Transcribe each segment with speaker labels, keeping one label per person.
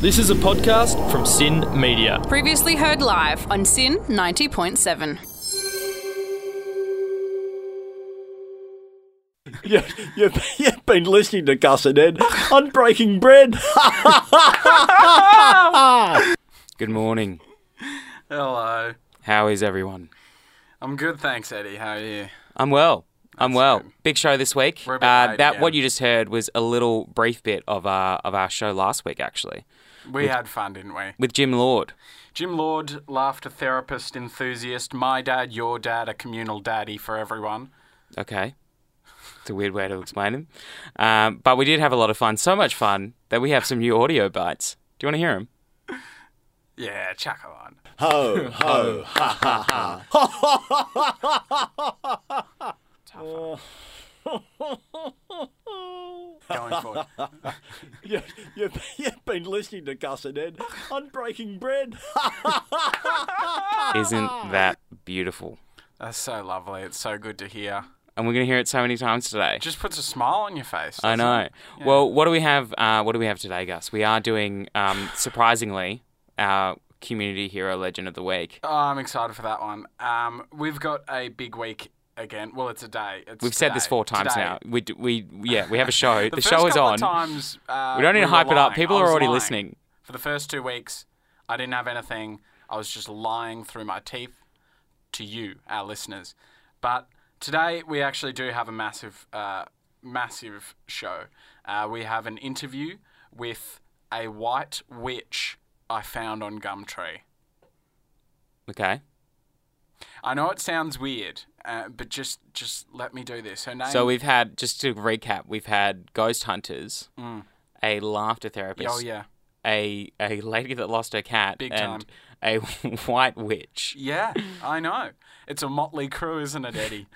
Speaker 1: This is a podcast from Sin Media.
Speaker 2: Previously heard live on Sin 90.7.
Speaker 3: you, you've, you've been listening to Gus and Ed on Breaking Bread.
Speaker 4: Good morning.
Speaker 5: Hello.
Speaker 4: How is everyone?
Speaker 5: I'm good, thanks, Eddie. How are you?
Speaker 4: I'm well. I'm well. Big show this week.
Speaker 5: We're a bit
Speaker 4: Uh,
Speaker 5: late
Speaker 4: that
Speaker 5: again.
Speaker 4: what you just heard was a little brief bit of our of our show last week, actually,
Speaker 5: We had fun, didn't we?
Speaker 4: with Jim Lord.
Speaker 5: Jim Lord, laughter therapist, enthusiast, my dad, your dad, a communal daddy for everyone.
Speaker 4: Okay, it's a weird way to explain him, um, but we did have a lot of fun. So much fun that we have some new audio bites. Do you want to hear them?
Speaker 5: Yeah, chuckle on.
Speaker 3: ho, ho, ha, ha, ha.
Speaker 5: Going for it.
Speaker 3: you, you've, you've been listening to Gus and Ed on Breaking Bread.
Speaker 4: Isn't that beautiful?
Speaker 5: That's so lovely. It's so good to hear.
Speaker 4: And we're gonna hear it so many times today.
Speaker 5: Just puts a smile on your face.
Speaker 4: I
Speaker 5: doesn't
Speaker 4: know.
Speaker 5: it? Yeah.
Speaker 4: Well, what do we have? Uh, what do we have today, Gus? We are doing, um, surprisingly, our community hero legend of the week.
Speaker 5: Oh, I'm excited for that one. Um, we've got a big week again. Well, it's a day. It's
Speaker 4: We've said this
Speaker 5: today.
Speaker 4: four times
Speaker 5: Today.
Speaker 4: now. We, d- we yeah, we have a show. the
Speaker 5: first
Speaker 4: show is
Speaker 5: couple of
Speaker 4: on.
Speaker 5: Times, uh,
Speaker 4: we don't need to
Speaker 5: were
Speaker 4: hype it up.
Speaker 5: lying.
Speaker 4: People
Speaker 5: I
Speaker 4: are
Speaker 5: was
Speaker 4: already
Speaker 5: lying.
Speaker 4: listening.
Speaker 5: For the first two weeks, I didn't have anything. I was just lying through my teeth to you, our listeners. But today, we actually do have a massive, uh, massive show. Uh, we have an interview with a white witch I found on Gumtree.
Speaker 4: Okay.
Speaker 5: I know it sounds weird, uh, but just just let me do this. Her name.
Speaker 4: So we've had just to recap, we've had ghost hunters, a laughter therapist,
Speaker 5: Mm. Oh yeah,
Speaker 4: a a lady that lost her cat,
Speaker 5: Big
Speaker 4: and a white witch.
Speaker 5: yeah. I know. It's a motley crew, isn't it, Eddie?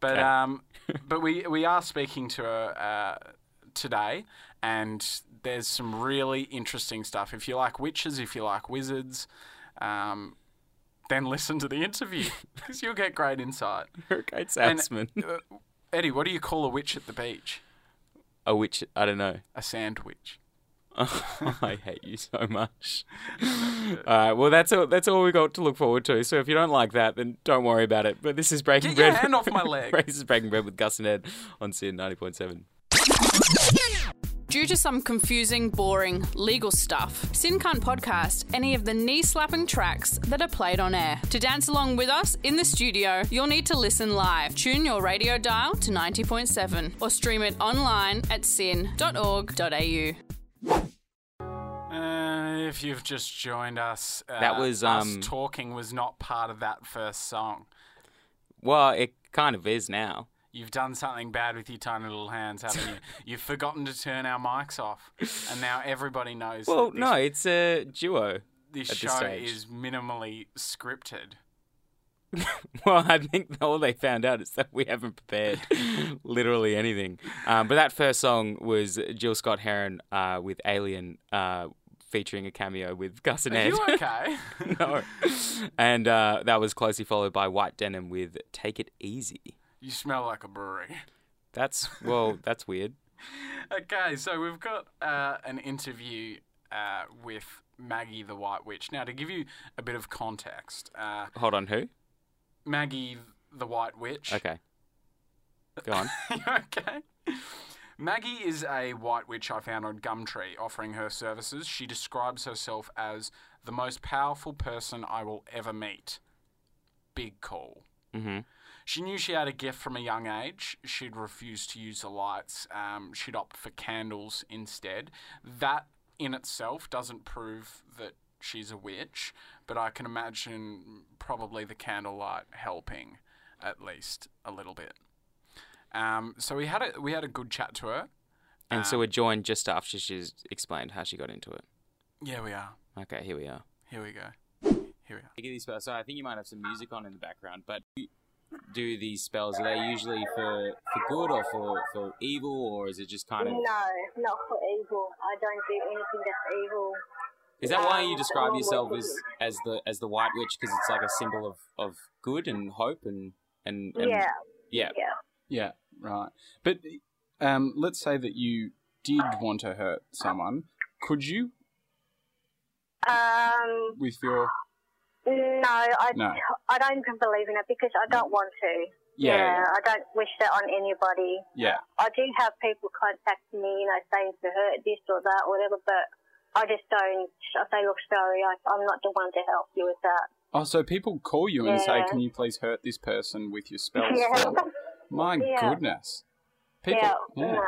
Speaker 5: But
Speaker 4: Okay.
Speaker 5: um, but we we are speaking to her uh, today, and there's some really interesting stuff. If you like witches, if you like wizards, um, then listen to the interview because you'll get great insight.
Speaker 4: You're a great
Speaker 5: And,
Speaker 4: salesman.
Speaker 5: uh, Eddie, what do you call a witch at the beach?
Speaker 4: a witch. I don't know.
Speaker 5: A sandwich.
Speaker 4: I hate you so much. all right. Well, that's all. That's all we got to look forward to. So if you don't like that, then don't worry about it. But this is breaking
Speaker 5: Get your
Speaker 4: bread.
Speaker 5: hand off my leg.
Speaker 4: this is breaking bread with Gus and Ed on Sin ninety point seven.
Speaker 2: Due to some confusing, boring legal stuff, Sin can't podcast any of the knee slapping tracks that are played on air. To dance along with us in the studio, you'll need to listen live. Tune your radio dial to 90.7 or stream it online at sin.org.au.
Speaker 5: Uh, if you've just joined us, uh,
Speaker 4: That was, um,
Speaker 5: us talking was not part of that first song.
Speaker 4: Well, it kind of is now.
Speaker 5: You've done something bad with your tiny little hands, haven't you? You've forgotten to turn our mics off, and now everybody knows.
Speaker 4: Well,
Speaker 5: that this,
Speaker 4: no, it's a duo.
Speaker 5: this
Speaker 4: at this
Speaker 5: show
Speaker 4: stage.
Speaker 5: is minimally scripted.
Speaker 4: Well, I think all they found out is that we haven't prepared literally anything. Um, but that first song was Jill Scott Heron uh, with Alien, uh, featuring a cameo with Gus and
Speaker 5: Are
Speaker 4: Ed.
Speaker 5: you okay?
Speaker 4: no. And uh, that was closely followed by White Denim with Take It Easy.
Speaker 5: you smell like a brewery.
Speaker 4: That's, well, that's weird.
Speaker 5: Okay, so we've got uh, an interview uh, with Maggie the White Witch. Now, to give you a bit of context, uh,
Speaker 4: Hold on, who?
Speaker 5: Maggie the White Witch.
Speaker 4: Okay. Go on.
Speaker 5: okay. Maggie is a white witch I found on Gumtree offering her services. She describes herself as the most powerful person I will ever meet. Big call.
Speaker 4: hmm
Speaker 5: She knew she had a gift from a young age. She'd refuse to use the lights. Um, she'd opt for candles instead. That in itself doesn't prove that she's a witch, but I can imagine probably the candlelight helping at least a little bit. Um, so we had a we had a good chat to her.
Speaker 4: And so we're joined just after she's explained how she got into it.
Speaker 5: Yeah, we are.
Speaker 4: Okay, here we are.
Speaker 5: Here we go. Here we are.
Speaker 4: I give these spells. So I think you might have some music on in the background, but you do these spells, are they usually for, for good or for, for evil, or is it just kind of.
Speaker 6: No, not for evil. I don't do anything that's evil.
Speaker 4: Is that why you describe yourself as, as the as the White Witch? Because it's like a symbol of, of good and hope and. and, and
Speaker 6: yeah,
Speaker 4: Yeah.
Speaker 6: yeah.
Speaker 5: Yeah, right. But um, let's say that you did want to hurt someone. Could you
Speaker 6: Um,
Speaker 5: with your
Speaker 6: no, I,
Speaker 5: No.
Speaker 6: I don't believe in it because I don't want to.
Speaker 5: yeah yeah,
Speaker 6: I don't wish that on anybody.
Speaker 5: yeah.
Speaker 6: I do have people contact me, you know, saying to hurt this or that, or whatever, but I just don't. I say, look, sorry, I, I'm not the one to help you with that.
Speaker 5: Oh, so people call you and say,
Speaker 6: Yeah.
Speaker 5: "Can you please hurt this person with your spells?"
Speaker 6: Yeah.
Speaker 5: for-" My
Speaker 6: Yeah.
Speaker 5: goodness, people.
Speaker 6: yeah,
Speaker 5: yeah.
Speaker 6: nah.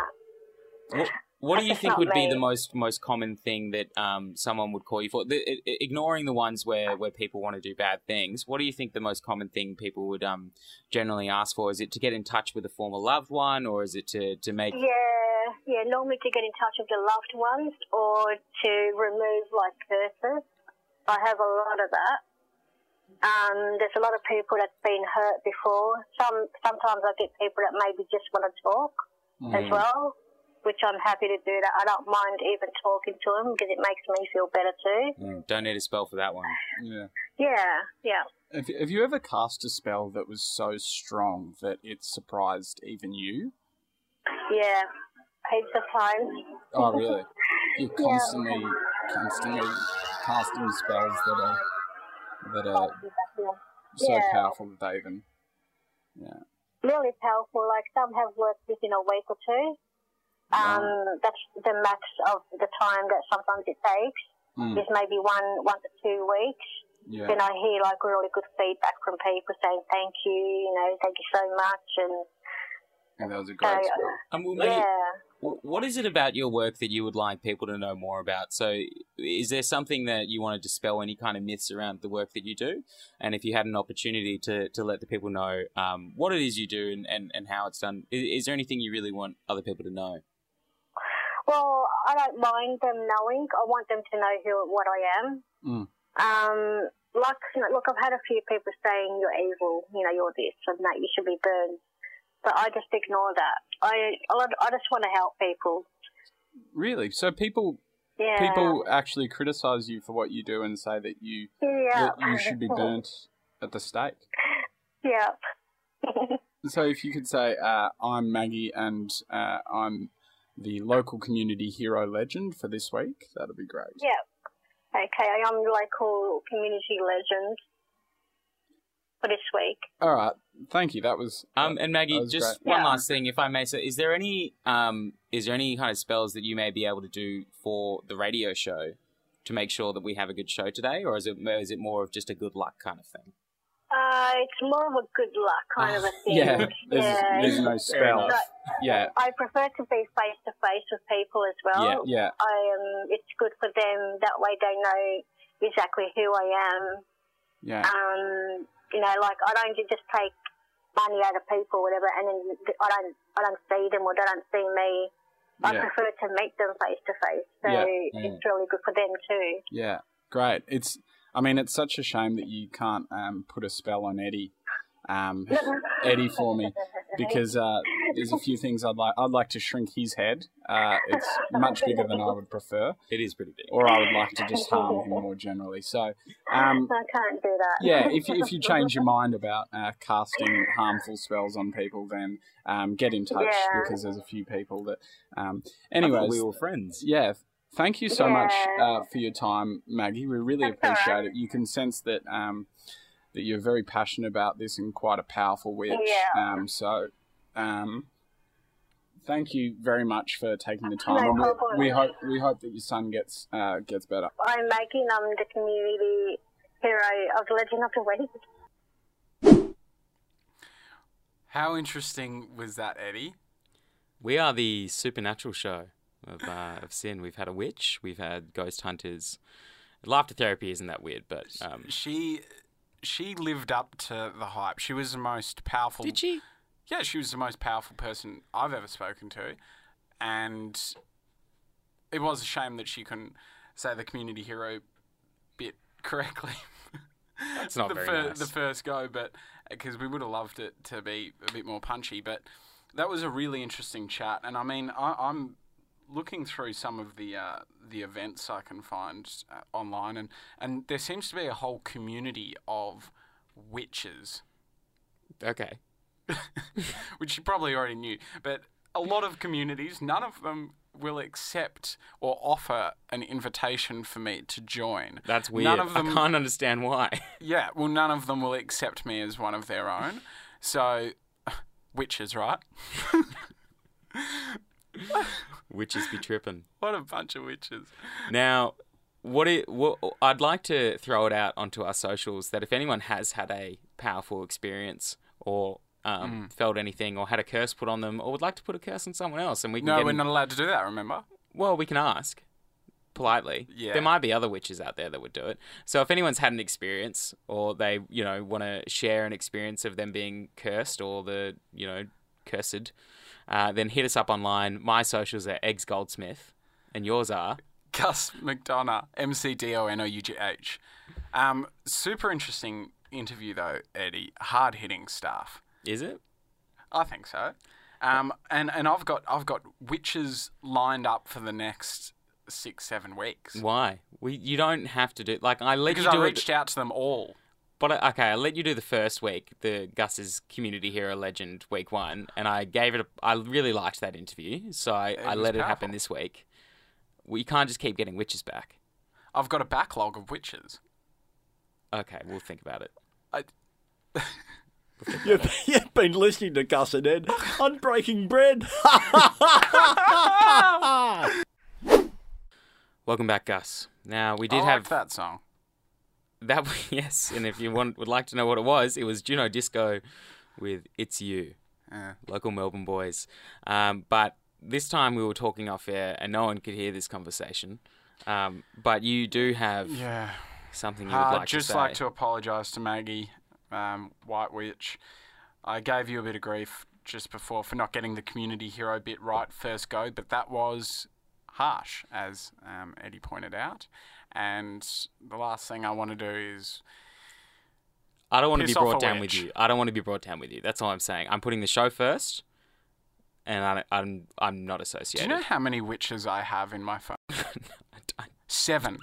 Speaker 4: What, what do you
Speaker 6: That's
Speaker 4: think
Speaker 6: not
Speaker 4: would be
Speaker 6: me.
Speaker 4: the most most common thing that um, someone would call you for? The, i- i- ignoring the ones where, where people want to do bad things, what do you think the most common thing people would um, generally ask for? Is it to get in touch with a former loved one, or is it to, to make
Speaker 6: Yeah, yeah. Normally to get in touch with the loved ones or to remove like curses. I have a lot of that. Um, there's a lot of people that's been hurt before. Some sometimes I get people that maybe just want to talk as well, which I'm happy to do that. I don't mind even talking to them because it makes me feel better too.
Speaker 4: Mm, don't need a spell for that one?
Speaker 5: yeah.
Speaker 6: Yeah, yeah.
Speaker 5: Have, have you ever cast a spell that was so strong that it surprised even you?
Speaker 6: Yeah, heaps of times.
Speaker 5: Oh, really? You're constantly, constantly casting spells that are that are so
Speaker 6: Yeah.
Speaker 5: powerful that they even.
Speaker 6: really powerful. Like some have worked within a week or two. Um, That's the max of the time that sometimes it takes
Speaker 5: Mm,
Speaker 6: is maybe one one to two weeks.
Speaker 5: yeah.
Speaker 6: Then I hear like really good feedback from people saying thank you, you know, thank you so much, and
Speaker 5: yeah, that was a
Speaker 6: so
Speaker 5: great spell.
Speaker 4: Um, well, maybe-
Speaker 6: yeah.
Speaker 4: Wh- What is it about your work that you would like people to know more about? So, is there something that you want to dispel any kind of myths around the work that you do? And if you had an opportunity to, to let the people know um, what it is you do and, and, and how it's done, is, is there anything you really want other people to know?
Speaker 6: Well, I don't mind them knowing. I want them to know who what I am.
Speaker 5: Mm.
Speaker 6: Um, like, look, I've had a few people saying you're evil. You know, you're this and that. You should be burned. But I just ignore that. I I, I just want to help people.
Speaker 5: Really? So people
Speaker 6: Yeah.
Speaker 5: people actually criticize you for what you do and say that you
Speaker 6: Yeah.
Speaker 5: that you should be burnt at the stake.
Speaker 6: Yeah.
Speaker 5: So if you could say, uh, "I'm Maggie, and uh, I'm the local community hero legend for this week," that'd be great.
Speaker 6: Yeah. Okay, I am local community legend for this week.
Speaker 5: All right, thank you. That was
Speaker 4: Um, and
Speaker 5: that
Speaker 4: Maggie,
Speaker 5: was
Speaker 4: just
Speaker 5: great.
Speaker 4: one
Speaker 6: Yeah.
Speaker 4: last thing, if I may. So, is there any um, is there any kind of spells that you may be able to do for the radio show to make sure that we have a good show today, or is it is it more of just a good luck kind of thing?
Speaker 6: Uh, it's more of a good luck kind of a thing.
Speaker 5: yeah. There's,
Speaker 6: Yeah.
Speaker 5: there's no spell.
Speaker 6: enough.
Speaker 5: Yeah,
Speaker 6: I prefer to be face to face with people as well.
Speaker 4: Yeah,
Speaker 5: yeah.
Speaker 6: I um, it's good for them. That way they know exactly who I am.
Speaker 5: yeah.
Speaker 6: Um, you know, like I don't ju- just take money out of people, or whatever, and then th- I don't, I don't see them or they don't see me. I
Speaker 5: Yeah.
Speaker 6: prefer to meet them face to face. So
Speaker 5: Yeah,
Speaker 6: it's really good for them too.
Speaker 5: Yeah, great. It's, I mean, it's such a shame that you can't um, put a spell on Eddie, um, Eddie for me, because uh, there's a few things I'd like. I'd like to shrink his head. Uh, it's much bigger than I would prefer,
Speaker 4: It is pretty big.
Speaker 5: or I would like to just harm him more generally. So, um,
Speaker 6: I can't do that.
Speaker 5: yeah, if you, if you change your mind about uh, casting harmful spells on people, then um, get in touch
Speaker 6: Yeah.
Speaker 5: because there's a few people that. Um,
Speaker 4: I thought
Speaker 5: anyways,
Speaker 4: we were friends.
Speaker 5: yeah. Thank you so much
Speaker 6: Yeah.
Speaker 5: uh, for your time, Maggie. We really
Speaker 6: That's all
Speaker 5: appreciate
Speaker 6: right.
Speaker 5: it. You can sense that um, that you're very passionate about this and quite a powerful witch.
Speaker 6: Yeah.
Speaker 5: Um, so, um, thank you very much for taking the time.
Speaker 6: No
Speaker 5: And we-
Speaker 6: problem.
Speaker 5: we, hope we hope that your son gets uh, gets better.
Speaker 6: I'm Maggie and I'm the community hero of Legend of the Week.
Speaker 5: How
Speaker 4: interesting was that, Eddie? We are the supernatural show of, uh, of sin. We've had a witch, we've had ghost hunters. Laughter therapy isn't that weird, but um,
Speaker 5: She
Speaker 7: she lived up to the hype. She was the most powerful.
Speaker 4: did she?
Speaker 7: Yeah, she was the most powerful person I've ever spoken to, and it was a shame that she couldn't say the community hero bit correctly.
Speaker 4: That's not
Speaker 7: the,
Speaker 4: very nice.
Speaker 7: the first go, but because we would have loved it to be a bit more punchy. But that was a really interesting chat, and I mean, I, I'm looking through some of the uh, the events I can find uh, online, and and there seems to be a whole community of witches,
Speaker 4: okay.
Speaker 7: which you probably already knew, but a lot of communities, none of them
Speaker 5: will accept or offer an invitation for me to join.
Speaker 4: That's weird.
Speaker 5: None of them
Speaker 4: I can't understand why.
Speaker 5: yeah, well, none of them will accept me as one of their own. So, witches, right?
Speaker 4: Witches be tripping.
Speaker 5: What a bunch of witches.
Speaker 4: Now, what, it, what I'd like to throw it out onto our socials that if anyone has had a powerful experience or
Speaker 5: Mm.
Speaker 4: um, felt anything or had a curse put on them or would like to put a curse on someone else, and we can
Speaker 5: No,
Speaker 4: get
Speaker 5: we're
Speaker 4: in-
Speaker 5: not allowed to do that, remember?
Speaker 4: Well, we can ask politely.
Speaker 5: Yeah.
Speaker 4: There might be other witches out there that would do it. So if anyone's had an experience or they, you know, want to share an experience of them being cursed or the, you know, cursed, uh, then hit us up online. My socials are Eggs Goldsmith and yours are.
Speaker 5: Gus McDonough, M C D O N O U G H. Um, super interesting interview, though, Eddie. Hard hitting stuff.
Speaker 4: Is it?
Speaker 5: I think so. Um, and, and I've got I've got witches lined up for the next six seven weeks
Speaker 4: Why? We you don't have to do like I let
Speaker 5: because
Speaker 4: you
Speaker 5: I
Speaker 4: do
Speaker 5: reached
Speaker 4: it,
Speaker 5: out to them all.
Speaker 4: but I, okay, I let you do the first week, the Gus's community hero legend week one, and I gave it. A, I really liked that interview, so I, I
Speaker 5: was
Speaker 4: let it happen
Speaker 5: powerful.
Speaker 4: this week. We can't just keep getting witches back.
Speaker 5: I've got a backlog of witches.
Speaker 4: Okay, we'll think about it.
Speaker 5: I,
Speaker 3: You've, you've been listening to Gus and Ed on Breaking Bread.
Speaker 4: Welcome back, Gus. Now we
Speaker 5: I
Speaker 4: did
Speaker 5: liked
Speaker 4: have
Speaker 5: that song.
Speaker 4: that. Yes, and if you want would like to know what it was, it was Juno Disco with "It's You."
Speaker 5: Yeah.
Speaker 4: local Melbourne boys. Um, but this time we were talking off air, and no one could hear this conversation. Um, but you do have
Speaker 5: Yeah.
Speaker 4: something you would
Speaker 5: I'd
Speaker 4: like
Speaker 5: just
Speaker 4: to say.
Speaker 5: like to apologise to Maggie, um, White Witch. I gave you a bit of grief just before for not getting the community hero bit right first go, but that was harsh, as um, Eddie pointed out. And the last thing I want to do is
Speaker 4: I don't want to be
Speaker 5: piss off
Speaker 4: brought
Speaker 5: a
Speaker 4: down
Speaker 5: wedge.
Speaker 4: with you. I don't want to be brought down with you. That's all I'm saying. I'm putting the show first, and I, I'm I'm not
Speaker 5: do you
Speaker 4: associated.
Speaker 5: know how many witches I have in my phone? Seven.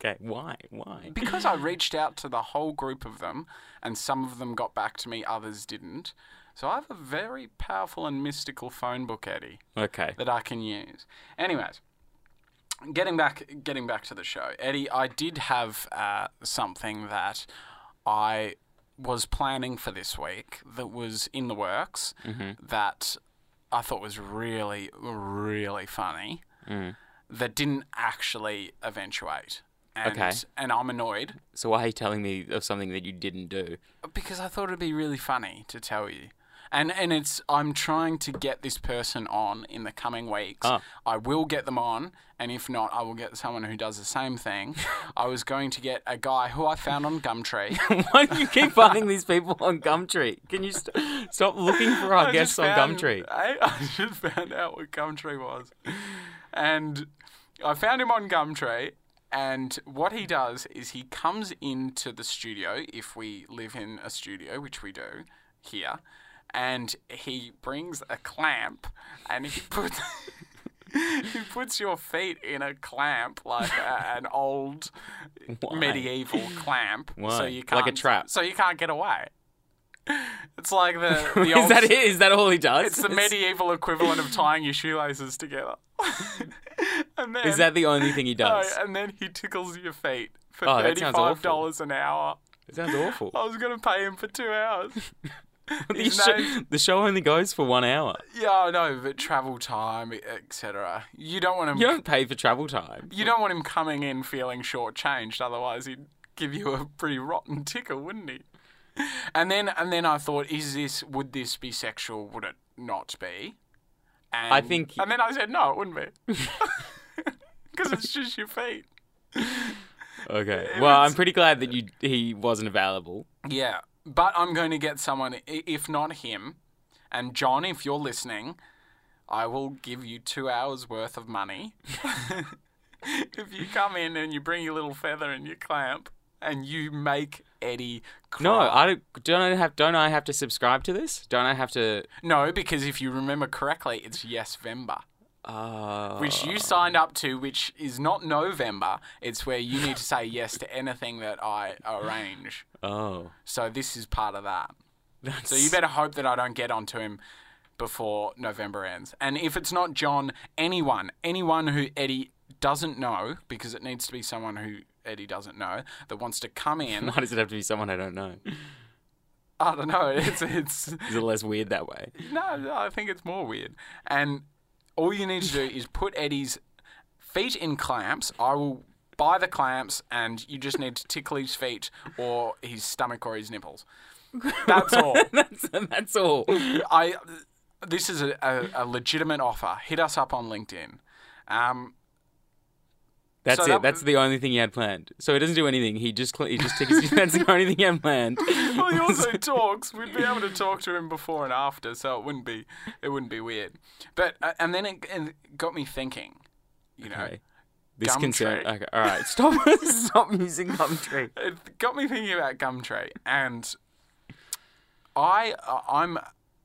Speaker 4: okay, why? Why?
Speaker 5: Because I reached out to the whole group of them, and some of them got back to me, others didn't. So I have a very powerful and mystical phone book, Eddie.
Speaker 4: Okay.
Speaker 5: that I can use. Anyways, getting back getting back to the show, Eddie, I did have uh, something that I was planning for this week that was in the works
Speaker 4: Mm-hmm.
Speaker 5: that I thought was really really funny
Speaker 4: Mm.
Speaker 5: that didn't actually eventuate. And,
Speaker 4: Okay.
Speaker 5: and I'm annoyed
Speaker 4: So why are you telling me of something that you didn't do?
Speaker 5: because I thought it'd be really funny to tell you. And and it's I'm trying to get this person on in the coming weeks.
Speaker 4: Ah.
Speaker 5: I will get them on, and if not, I will get someone who does the same thing. I was going to get a guy who I found on Gumtree.
Speaker 4: Why do you keep finding these people on Gumtree? Can you st- stop looking for our
Speaker 5: I
Speaker 4: guests
Speaker 5: just
Speaker 4: on
Speaker 5: found-
Speaker 4: Gumtree?
Speaker 5: I, I just found out what Gumtree was. And I found him on Gumtree. And what he does is he comes into the studio, if we live in a studio, which we do here, and he brings a clamp and he puts. He puts your feet in a clamp, like a, an old
Speaker 4: Why?
Speaker 5: medieval clamp,
Speaker 4: Why?
Speaker 5: so you can't
Speaker 4: Like a trap.
Speaker 5: so you can't get away. It's like the, the
Speaker 4: Is
Speaker 5: old
Speaker 4: that it? Is that all he does?
Speaker 5: it's the medieval equivalent of tying your shoelaces together. and then,
Speaker 4: Is that the only thing he
Speaker 5: No,
Speaker 4: does?
Speaker 5: and then he tickles your feet for
Speaker 4: Oh, that sounds awful.
Speaker 5: thirty-five dollars an hour.
Speaker 4: It sounds awful.
Speaker 5: I was gonna pay him for two hours.
Speaker 4: the,
Speaker 5: his
Speaker 4: show,
Speaker 5: name's-
Speaker 4: the show only goes for one hour.
Speaker 5: yeah, I know, but travel time, etc. You don't want him.
Speaker 4: You don't pay for travel time.
Speaker 5: You don't want him coming in feeling shortchanged. Otherwise, he'd give you a pretty rotten tickle, wouldn't he? And then, and then I thought, is this? Would this be sexual? Would it not be? And,
Speaker 4: think-
Speaker 5: And then I said, no, it wouldn't be, because it's just your feet.
Speaker 4: Okay. Well, I'm pretty glad that you he wasn't available.
Speaker 5: Yeah, but I'm going to get someone, i- if not him, and John, if you're listening, I will give you two hours worth of money. if you come in and you bring your little feather and your clamp and you make Eddie cry.
Speaker 4: No, I don't, don't I have don't I have to subscribe to this? Don't I have to?
Speaker 5: No, because if you remember correctly, it's Yes Vember,
Speaker 4: Uh,
Speaker 5: which you signed up to, which is not November. It's where you need to say yes to anything that I arrange.
Speaker 4: oh,
Speaker 5: So this is part of that.
Speaker 4: that's,
Speaker 5: So you better hope that I don't get onto him before November ends. And if it's not John, anyone, anyone who Eddie doesn't know, because it needs to be someone who Eddie doesn't know, that wants to come in.
Speaker 4: Why does it have to be someone I don't know?
Speaker 5: I don't know. It's it's
Speaker 4: Is it less weird that way?
Speaker 5: No, no, I think it's more weird. And all you need to do is put Eddie's feet in clamps. I will buy the clamps, and you just need to tickle his feet or his stomach or his nipples. That's all.
Speaker 4: that's, that's all.
Speaker 5: I. This is a, a, a legitimate offer. Hit us up on LinkedIn. Um,
Speaker 4: That's
Speaker 5: So
Speaker 4: it.
Speaker 5: that-
Speaker 4: that's the only thing he had planned. So he doesn't do anything. He just cl- he just tickets. that's the only thing he had planned.
Speaker 5: well, he also talks. We'd be able to talk to him before and after, so it wouldn't be it wouldn't be weird. But uh, and then it, it got me thinking. You know,
Speaker 4: Okay. This
Speaker 5: Gumtree.
Speaker 4: concern. Okay, all right. Stop. stop using Gumtree.
Speaker 5: it got me thinking about Gumtree, and I I- I'm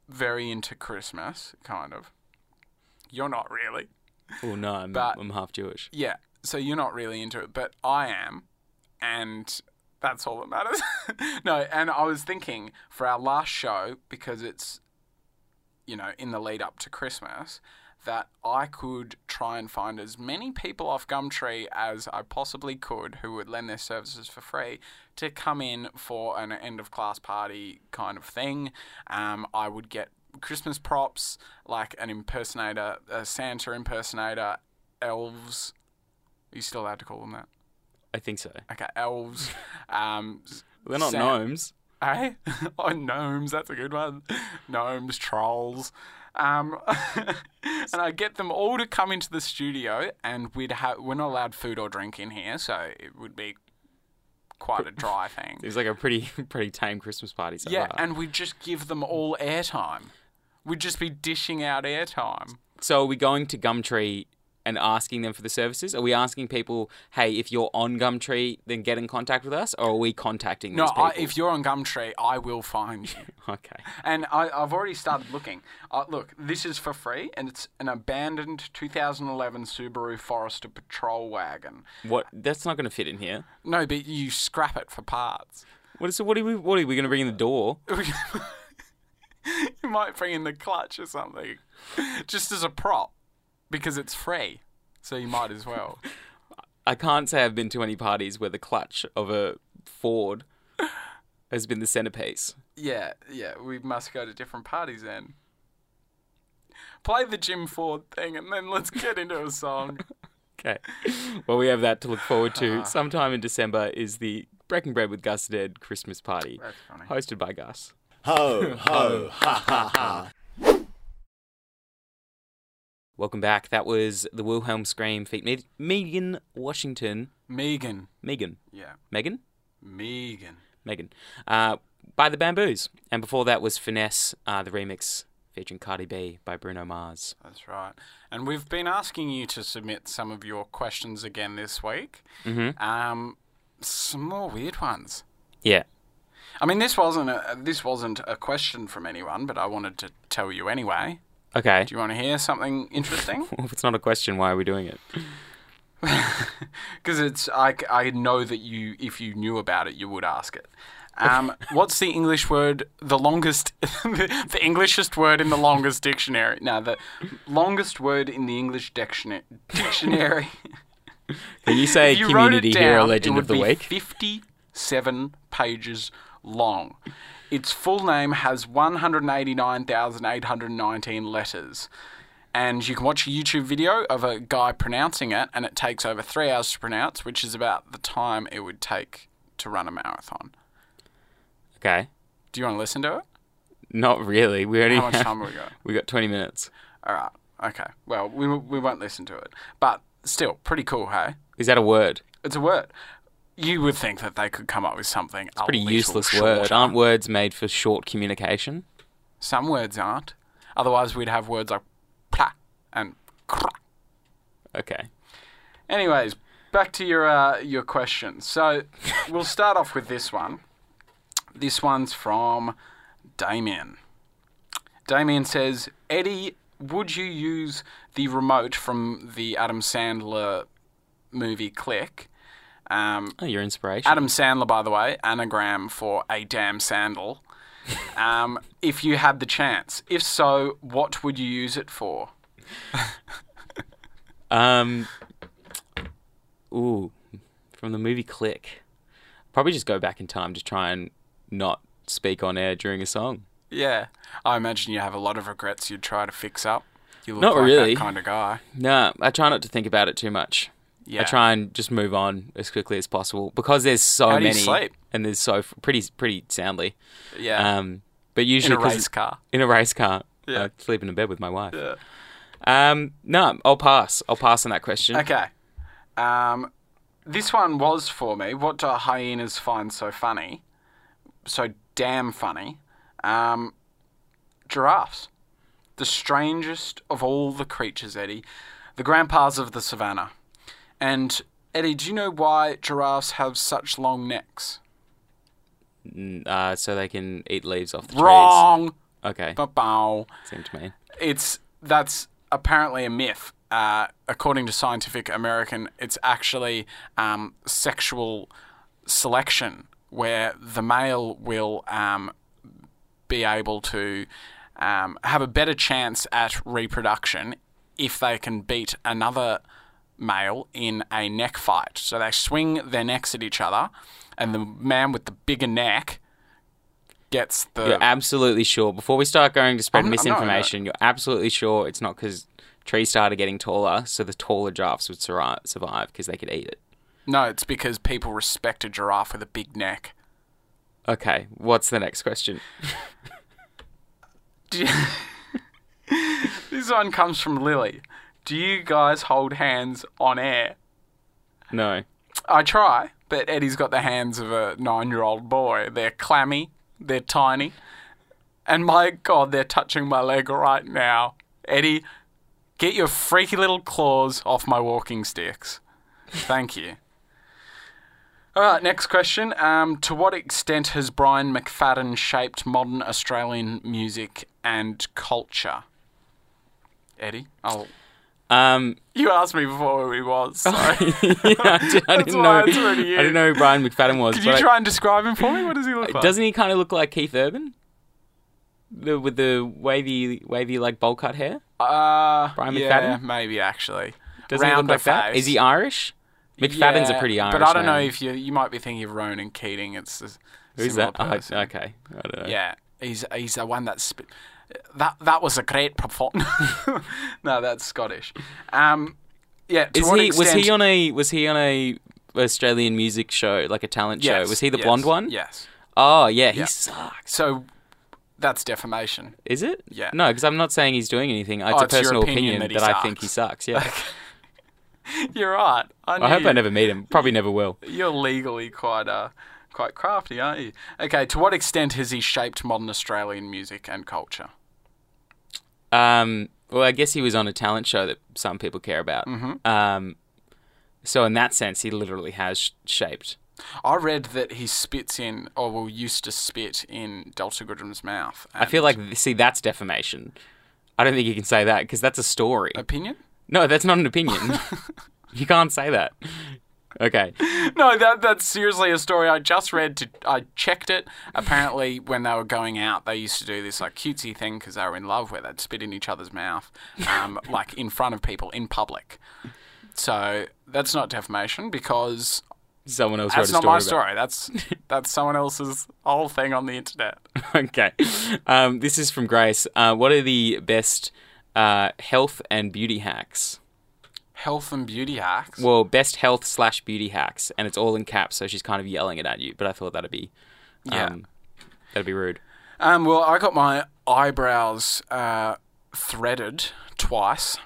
Speaker 5: very into Christmas, kind of. You're not really,
Speaker 4: Oh no, I'm,
Speaker 5: But-
Speaker 4: I'm half Jewish.
Speaker 5: yeah. So you're not really into it, but I am, and that's all that matters. no, and I was thinking for our last show because it's, you know, in the lead up to Christmas. That I could try and find as many people off Gumtree as I possibly could who would lend their services for free to come in for an end of class party kind of thing. Um, I would get Christmas props, like an impersonator, a Santa impersonator, elves. Are you still allowed to call them that?
Speaker 4: I think so.
Speaker 5: Okay, elves. um, s-
Speaker 4: They're not
Speaker 5: Sam-
Speaker 4: gnomes.
Speaker 5: Eh? oh, gnomes. That's a good one. Gnomes, trolls. Um, and I get them all to come into the studio, and we'd have we're not allowed food or drink in here, so it would be quite a dry thing.
Speaker 4: It was like a pretty pretty tame Christmas party. So
Speaker 5: Yeah,
Speaker 4: far.
Speaker 5: and we just give them all airtime. We'd just be dishing out airtime.
Speaker 4: So are we going to Gumtree and asking them for the services? Are we asking people, hey, if you're on Gumtree, then get in contact with us? Or are we contacting
Speaker 5: No,
Speaker 4: these people?
Speaker 5: I, if you're on Gumtree, I will find you.
Speaker 4: okay.
Speaker 5: And I, I've already started looking. Uh, look, this is for free, and it's an abandoned 2011 Subaru Forester patrol wagon.
Speaker 4: What? That's not going to fit in here.
Speaker 5: No, but you scrap it for parts.
Speaker 4: What, is, what are we, what are we going to bring in the door?
Speaker 5: Uh, you might bring in the clutch or something, just as a prop, because it's free. So you might as well.
Speaker 4: I can't say I've been to any parties where the clutch of a Ford has been the centerpiece.
Speaker 5: Yeah, yeah, we must go to different parties then. Play the Jim Ford thing and then let's get into a song.
Speaker 4: Okay. Well, we have that to look forward to. Sometime in December is the Breaking Bread with Gus Dead Christmas party,
Speaker 5: That's funny.
Speaker 4: hosted by Gus.
Speaker 3: Ho, ho, ha, ha, ha.
Speaker 4: Welcome back. That was the Wilhelm Scream feat. Me- Megan Washington.
Speaker 5: Megan.
Speaker 4: Megan.
Speaker 5: Yeah,
Speaker 4: Megan?
Speaker 5: Megan.
Speaker 4: Megan. Uh, by the Bamboos. And before that was Finesse, uh, the remix featuring Cardi B by Bruno Mars.
Speaker 5: That's right. And we've been asking you to submit some of your questions again this week.
Speaker 4: Mhm.
Speaker 5: Um, some more weird ones.
Speaker 4: Yeah.
Speaker 5: I mean, this wasn't a, this wasn't a question from anyone, but I wanted to tell you anyway.
Speaker 4: Okay.
Speaker 5: Do you want to hear something interesting?
Speaker 4: Well, if it's not a question, why are we doing it?
Speaker 5: Because it's I, c- I know that you if you knew about it you would ask it. Um, what's the English word the longest the, the Englishest word in the longest dictionary? No, the longest word in the English dictiona- dictionary.
Speaker 4: Can you say
Speaker 5: If you wrote it
Speaker 4: Community Hero
Speaker 5: down, it
Speaker 4: Legend
Speaker 5: would
Speaker 4: of the
Speaker 5: be
Speaker 4: Week?
Speaker 5: Fifty-seven pages long. Its full name has one hundred eighty-nine thousand eight hundred nineteen letters. And you can watch a YouTube video of a guy pronouncing it, and it takes over three hours to pronounce, which is about the time it would take to run a marathon.
Speaker 4: Okay.
Speaker 5: Do you want to listen to it?
Speaker 4: Not really. We only
Speaker 5: How much
Speaker 4: have-
Speaker 5: time have we got?
Speaker 4: We got 20 minutes.
Speaker 5: All right. Okay. Well, we, we won't listen to it. But still, pretty cool, hey?
Speaker 4: Is that a word?
Speaker 5: It's a word. You would think that they could come up with something. It's a
Speaker 4: Pretty
Speaker 5: little
Speaker 4: useless word.
Speaker 5: shorter.
Speaker 4: Aren't words made for short communication?
Speaker 5: Some words aren't. Otherwise, we'd have words like pla and cra.
Speaker 4: Okay.
Speaker 5: Anyways, back to your uh, your question. So we'll start off with this one. This one's from Damien. Damien says, Eddie, would you use the remote from the Adam Sandler movie Click? Um,
Speaker 4: Oh, your inspiration.
Speaker 5: Adam Sandler, by the way, anagram for a damn sandal. um, if you had the chance. If so, what would you use it for?
Speaker 4: Um, ooh, from the movie Click. Probably just go back in time to try and not speak on air during a song.
Speaker 5: Yeah, I imagine you have a lot of regrets you'd try to fix up. You look
Speaker 4: Not
Speaker 5: like
Speaker 4: really.
Speaker 5: that kind of guy.
Speaker 4: Nah, I try not to think about it too much.
Speaker 5: Yeah,
Speaker 4: I try and just move on as quickly as possible because there's so
Speaker 5: How do you
Speaker 4: many
Speaker 5: sleep?
Speaker 4: and there's so f- pretty pretty soundly.
Speaker 5: yeah,
Speaker 4: Um, but
Speaker 5: in
Speaker 4: usually
Speaker 5: a
Speaker 4: 'cause-
Speaker 5: race car.
Speaker 4: in a race car,
Speaker 5: Yeah.
Speaker 4: I sleep in a bed with my wife. Um, no, I'll pass. I'll pass on that question.
Speaker 5: Okay. Um, this one was for me. What do hyenas find so funny? So damn funny. Um, giraffes. The strangest of all the creatures, Eddie. The grandpas of the savannah. And, Eddie, do you know why giraffes have such long necks?
Speaker 4: Mm, Uh, so they can eat leaves off the
Speaker 5: Wrong!
Speaker 4: trees. Okay,
Speaker 5: Ba-bow.
Speaker 4: seemed to me.
Speaker 5: it's that's apparently a myth. Uh, according to Scientific American, it's actually um, sexual selection, where the male will um, be able to um, have a better chance at reproduction if they can beat another male in a neck fight. So they swing their necks at each other, and the man with the bigger neck gets the
Speaker 4: You're absolutely sure. Before we start going to spread
Speaker 5: I'm- I'm not- I'm not.
Speaker 4: misinformation, you're absolutely sure it's not because trees started getting taller, so the taller giraffes would surri- survive because they could eat it.
Speaker 5: No, it's because people respect a giraffe with a big neck.
Speaker 4: Okay, what's the next question?
Speaker 5: Do you- this one comes from Lily. Do you guys hold hands on air?
Speaker 4: No.
Speaker 5: I try, but Eddie's got the hands of a nine year old boy. They're clammy, they're tiny, and my god, they're touching my leg right now. Eddie, get your freaky little claws off my walking sticks. Thank you. All right, next question. Um, to what extent has Brian McFadden shaped modern Australian music and culture? Eddie, I'll.
Speaker 4: Um,
Speaker 5: You asked me before who he was. Sorry.
Speaker 4: I, did, I
Speaker 5: That's
Speaker 4: didn't
Speaker 5: why
Speaker 4: know.
Speaker 5: it's
Speaker 4: I
Speaker 5: already you.
Speaker 4: didn't know who Brian McFadden was.
Speaker 5: Could
Speaker 4: but
Speaker 5: you
Speaker 4: I-
Speaker 5: try and describe him for me? What does he look like?
Speaker 4: Doesn't he kind of look like Keith Urban? The, with the wavy, wavy like bowl cut hair.
Speaker 5: Uh,
Speaker 4: Brian
Speaker 5: yeah,
Speaker 4: McFadden?
Speaker 5: maybe actually.
Speaker 4: Doesn't he look
Speaker 5: Rounder
Speaker 4: like that?
Speaker 5: face.
Speaker 4: Is he Irish? McFadden's a
Speaker 5: Yeah,
Speaker 4: pretty Irish.
Speaker 5: But I don't know
Speaker 4: name.
Speaker 5: if you you might be thinking of Ronan Keating. It's a
Speaker 4: who's
Speaker 5: similar
Speaker 4: that. Oh,
Speaker 5: person.
Speaker 4: okay, I don't know.
Speaker 5: Yeah, he's he's the one that's sp- that that was a great performance. no, that's Scottish. Um, yeah. To
Speaker 4: Is
Speaker 5: what
Speaker 4: he was
Speaker 5: extent-
Speaker 4: he on a was he on a Australian music show like a talent
Speaker 5: Yes,
Speaker 4: show? Was he the
Speaker 5: yes,
Speaker 4: blonde one?
Speaker 5: Yes.
Speaker 4: Oh yeah, he
Speaker 5: Yeah.
Speaker 4: sucks.
Speaker 5: So that's defamation.
Speaker 4: Is it?
Speaker 5: Yeah.
Speaker 4: No, because I'm not saying he's doing anything. It's
Speaker 5: Oh,
Speaker 4: a
Speaker 5: it's your
Speaker 4: personal
Speaker 5: opinion
Speaker 4: opinion
Speaker 5: that he
Speaker 4: I think he sucks. Yeah.
Speaker 5: You're right. I,
Speaker 4: I hope
Speaker 5: knew-
Speaker 4: I never meet him. Probably never will.
Speaker 5: You're legally quite uh, quite crafty, aren't you? Okay, to what extent has he shaped modern Australian music and culture?
Speaker 4: Um, well, I guess he was on a talent show that some people care about.
Speaker 5: Mm-hmm.
Speaker 4: Um, so in that sense, he literally has sh- shaped.
Speaker 5: I read that he spits in, or well, used to spit in Delta Goodrum's mouth.
Speaker 4: I feel like see that's defamation. I don't think you can say that because that's a story.
Speaker 5: opinion.
Speaker 4: No, that's not an opinion. you can't say that. Okay.
Speaker 5: No, that that's seriously a story I just read. To I checked it. Apparently, when they were going out, they used to do this like cutesy thing because they were in love, where they'd spit in each other's mouth, um, like in front of people in public. So that's not defamation because
Speaker 4: Someone else
Speaker 5: That's
Speaker 4: wrote a
Speaker 5: not my
Speaker 4: story.
Speaker 5: story. That's that's someone else's whole thing on the internet.
Speaker 4: about- okay. Um, this is from Grace. Uh, what are the best uh, health and beauty hacks?
Speaker 5: Health and beauty hacks.
Speaker 4: Well, best health slash beauty hacks, and it's all in caps, so she's kind of yelling it at you. But I thought that'd be, um,
Speaker 5: Yeah.
Speaker 4: that'd be rude.
Speaker 5: Um, well, I got my eyebrows uh, threaded twice.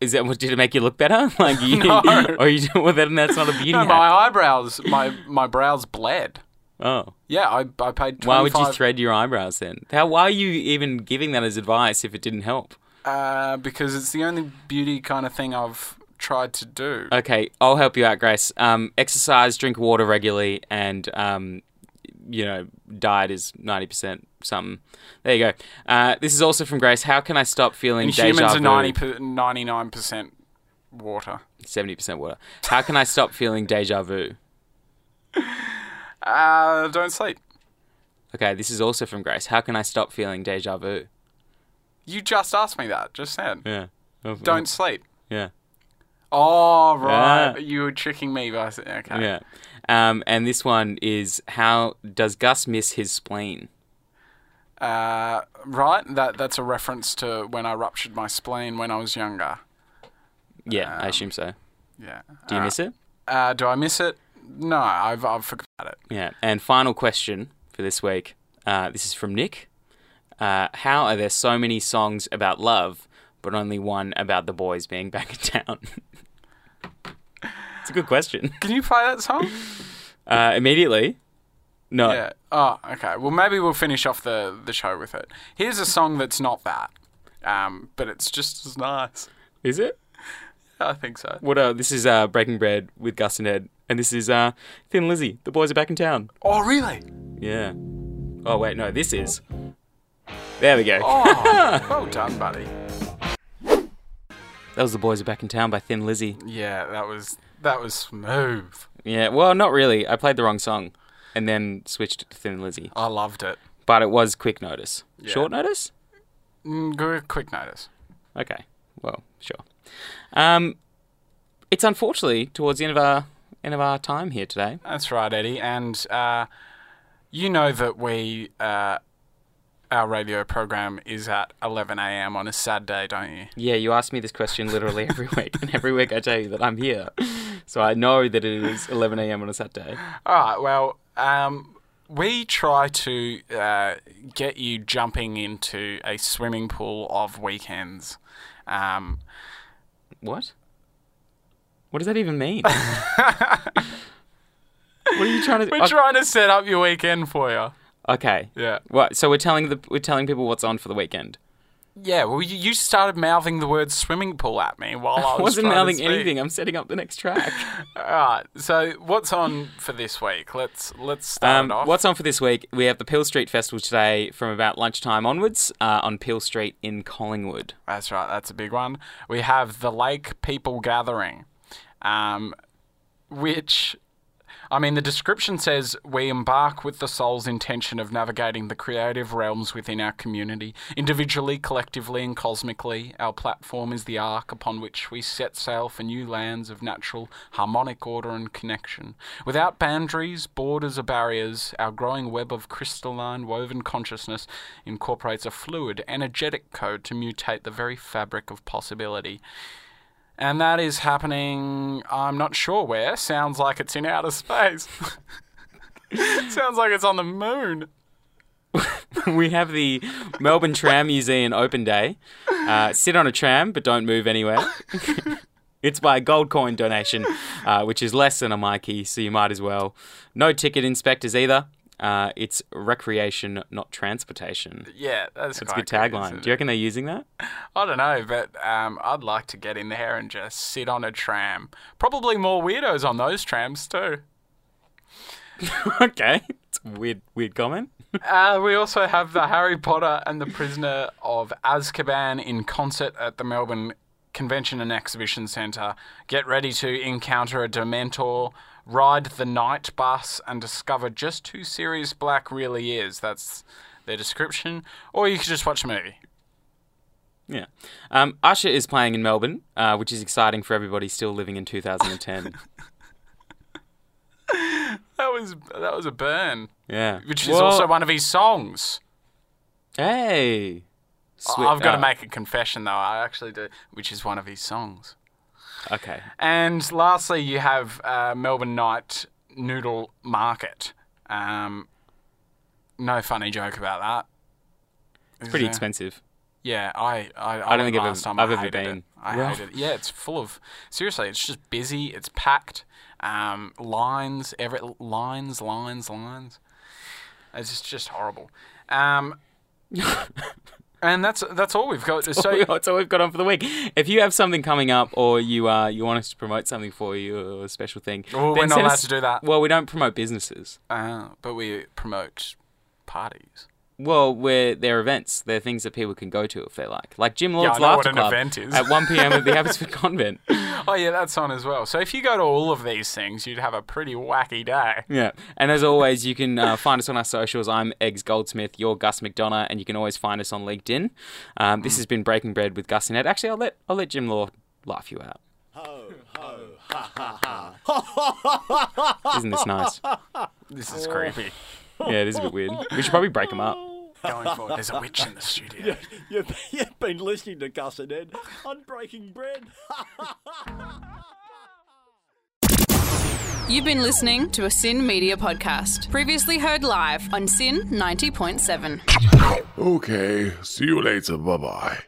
Speaker 4: Is that what did it make you look better? Like you,
Speaker 5: No.
Speaker 4: or you well then that's not a beauty
Speaker 5: No,
Speaker 4: hack.
Speaker 5: my eyebrows, my my brows bled.
Speaker 4: Oh,
Speaker 5: Yeah, I I paid. 25,
Speaker 4: why would you thread your eyebrows then? How why are you even giving that as advice if it didn't help?
Speaker 5: Uh, because it's the only beauty kind of thing I've tried to do.
Speaker 4: Okay, I'll help you out, Grace. Um, exercise, drink water regularly, and um, you know, diet is ninety percent something. There you go. Uh, this is also from Grace. How can I stop feeling
Speaker 5: and
Speaker 4: deja
Speaker 5: humans
Speaker 4: vu?
Speaker 5: are 99 percent water.
Speaker 4: Seventy percent water. How can I stop feeling deja vu?
Speaker 5: Uh, don't sleep.
Speaker 4: Okay, this is also from Grace. How can I stop feeling deja vu?
Speaker 5: You just asked me that just then.
Speaker 4: Yeah.
Speaker 5: Don't sleep.
Speaker 4: Yeah.
Speaker 5: Oh right,
Speaker 4: Yeah.
Speaker 5: you were tricking me by saying okay.
Speaker 4: Yeah. Um, and this one is how does Gus miss his spleen?
Speaker 5: Uh, right, that that's a reference to when I ruptured my spleen when I was younger.
Speaker 4: Yeah, I assume so.
Speaker 5: Yeah.
Speaker 4: Do you miss it?
Speaker 5: Um, Uh, do I miss it? No, I've I've forgotten about it.
Speaker 4: Yeah. And final question for this week. Uh, this is from Nick. Uh, how are there so many songs about love, but only one about the boys being back in town? it's a good question.
Speaker 5: Can you play that song?
Speaker 4: Uh, immediately. No.
Speaker 5: yeah. Oh, okay. Well, maybe we'll finish off the the show with it. Here's a song that's not that, um, but it's just as nice.
Speaker 4: Is it?
Speaker 5: I think so.
Speaker 4: What? Uh, this is uh, Breaking Bread with Gus and Ed, and this is uh, Thin Lizzy. The boys are back in town.
Speaker 5: Oh, really?
Speaker 4: Yeah. Oh wait, no. This is. There we go.
Speaker 5: Oh, well done, buddy.
Speaker 4: That was the boys are back in town by Thin Lizzy.
Speaker 5: Yeah, that was that was smooth.
Speaker 4: Yeah. Well, not really. I played the wrong song, and then switched to Thin Lizzy.
Speaker 5: I loved it.
Speaker 4: But it was quick notice. Short notice.
Speaker 5: Mm, good quick notice.
Speaker 4: Okay. Well, sure. Um, it's unfortunately towards the end of our end of our time here today.
Speaker 5: That's right, Eddie. And uh, you know that we uh, our radio program is at 11 a.m. on a Saturday, don't you?
Speaker 4: Yeah, you ask me this question literally every week, and every week I tell you that I'm here. So I know that it is 11 a.m. on a Saturday.
Speaker 5: All right. Well, um, we try to uh, get you jumping into a swimming pool of weekends. Um,
Speaker 4: What? What does that even mean? what are you trying to?
Speaker 5: we're trying to set up your weekend for you.
Speaker 4: okay.
Speaker 5: Yeah.
Speaker 4: What? So we're telling the we're telling people what's on for the weekend.
Speaker 5: Yeah. Well, you, you started mouthing the word swimming pool at me while I was
Speaker 4: wasn't
Speaker 5: trying to
Speaker 4: mouthing
Speaker 5: speak.
Speaker 4: anything. I'm setting up the next track.
Speaker 5: All right. So what's on for this week? Let's let's start
Speaker 4: Um,
Speaker 5: it off.
Speaker 4: what's on for this week? We have the Peel Street Festival today from about lunchtime onwards uh, on Peel Street in Collingwood.
Speaker 5: That's right. That's a big one. We have the Lake People Gathering, um, which, I mean, the description says we embark with the soul's intention of navigating the creative realms within our community, individually, collectively, and cosmically. Our platform is the ark upon which we set sail for new lands of natural harmonic order and connection. Without boundaries, borders, or barriers, our growing web of crystalline woven consciousness incorporates a fluid, energetic code to mutate the very fabric of possibility. And that is happening, I'm not sure where. Sounds like it's in outer space. Sounds like it's on the moon.
Speaker 4: we have the Melbourne Tram Museum open day. Uh, sit on a tram, but don't move anywhere. it's by a gold coin donation, uh, which is less than a Mikey, so you might as well. No ticket inspectors either. Uh, it's recreation, not transportation.
Speaker 5: Yeah, that's,
Speaker 4: That's a
Speaker 5: quite
Speaker 4: good
Speaker 5: good, isn't
Speaker 4: tagline.
Speaker 5: it?
Speaker 4: Do you reckon they're using that?
Speaker 5: I don't know, but um, I'd like to get in there and just sit on a tram. Probably more weirdos on those trams too.
Speaker 4: okay, it's a weird, weird comment.
Speaker 5: Uh, we also have the Harry Potter and the Prisoner of Azkaban in concert at the Melbourne Convention and Exhibition Centre. Get ready to encounter a Dementor, ride the night bus, and discover just who Sirius Black really is. That's their description. Or you could just watch a movie.
Speaker 4: Yeah. Um, Usher is playing in Melbourne, uh, which is exciting for everybody still living in 2010.
Speaker 5: That was that was a burn,
Speaker 4: yeah.
Speaker 5: which is
Speaker 4: Well,
Speaker 5: also one of his songs.
Speaker 4: Hey. Swi-
Speaker 5: I've
Speaker 4: uh,
Speaker 5: got to make a confession though. I actually do, which is one of his songs.
Speaker 4: Okay.
Speaker 5: And lastly, you have uh, Melbourne Night Noodle Market. Um, no funny joke about that.
Speaker 4: It's pretty expensive.
Speaker 5: Yeah, I I, I,
Speaker 4: don't
Speaker 5: went
Speaker 4: think I've
Speaker 5: last
Speaker 4: ever-
Speaker 5: time
Speaker 4: I've
Speaker 5: I
Speaker 4: ever
Speaker 5: hated it.
Speaker 4: been.
Speaker 5: I
Speaker 4: Well.
Speaker 5: hated it. Yeah, it's full of seriously. It's just busy. It's packed. Um, lines, every lines, lines, lines. It's just just horrible. Um, and that's that's all we've got.
Speaker 4: So
Speaker 5: So
Speaker 4: that's all we've got on for the week. If you have something coming up, or you uh, you want us to promote something for you, or a special thing,
Speaker 5: Well, Oh, we're
Speaker 4: then
Speaker 5: not
Speaker 4: send
Speaker 5: allowed
Speaker 4: us-
Speaker 5: to do that.
Speaker 4: Well, we don't promote businesses.
Speaker 5: Uh, but we promote parties.
Speaker 4: Well, we're, they're events. They're things that people can go to if they like. Like Jim
Speaker 5: I
Speaker 4: Lord's
Speaker 5: know what
Speaker 4: Laughter
Speaker 5: an
Speaker 4: Club
Speaker 5: event is.
Speaker 4: at 1 p.m. at the Abbotsford Convent.
Speaker 5: Oh yeah, that's on as well. So if you go to all of these things, you'd have a pretty wacky day.
Speaker 4: Yeah. And as always, you can uh, find us on our socials. I'm Eggs Goldsmith, you're Gus McDonough, and you can always find us on LinkedIn. Um, this has been Breaking Bread with Gus and Ed. Actually, I'll let, I'll let Jim Law laugh you out. Isn't this nice?
Speaker 5: This is creepy.
Speaker 4: Yeah, it is a bit weird. We should probably break them up.
Speaker 5: Going forward, there's a witch in the studio.
Speaker 3: You've, you've been listening to Gus and Ed on Breaking Bread.
Speaker 2: You've been listening to a Sin Media podcast, previously heard live on Sin 90.7.
Speaker 8: Okay, see you later. Bye bye.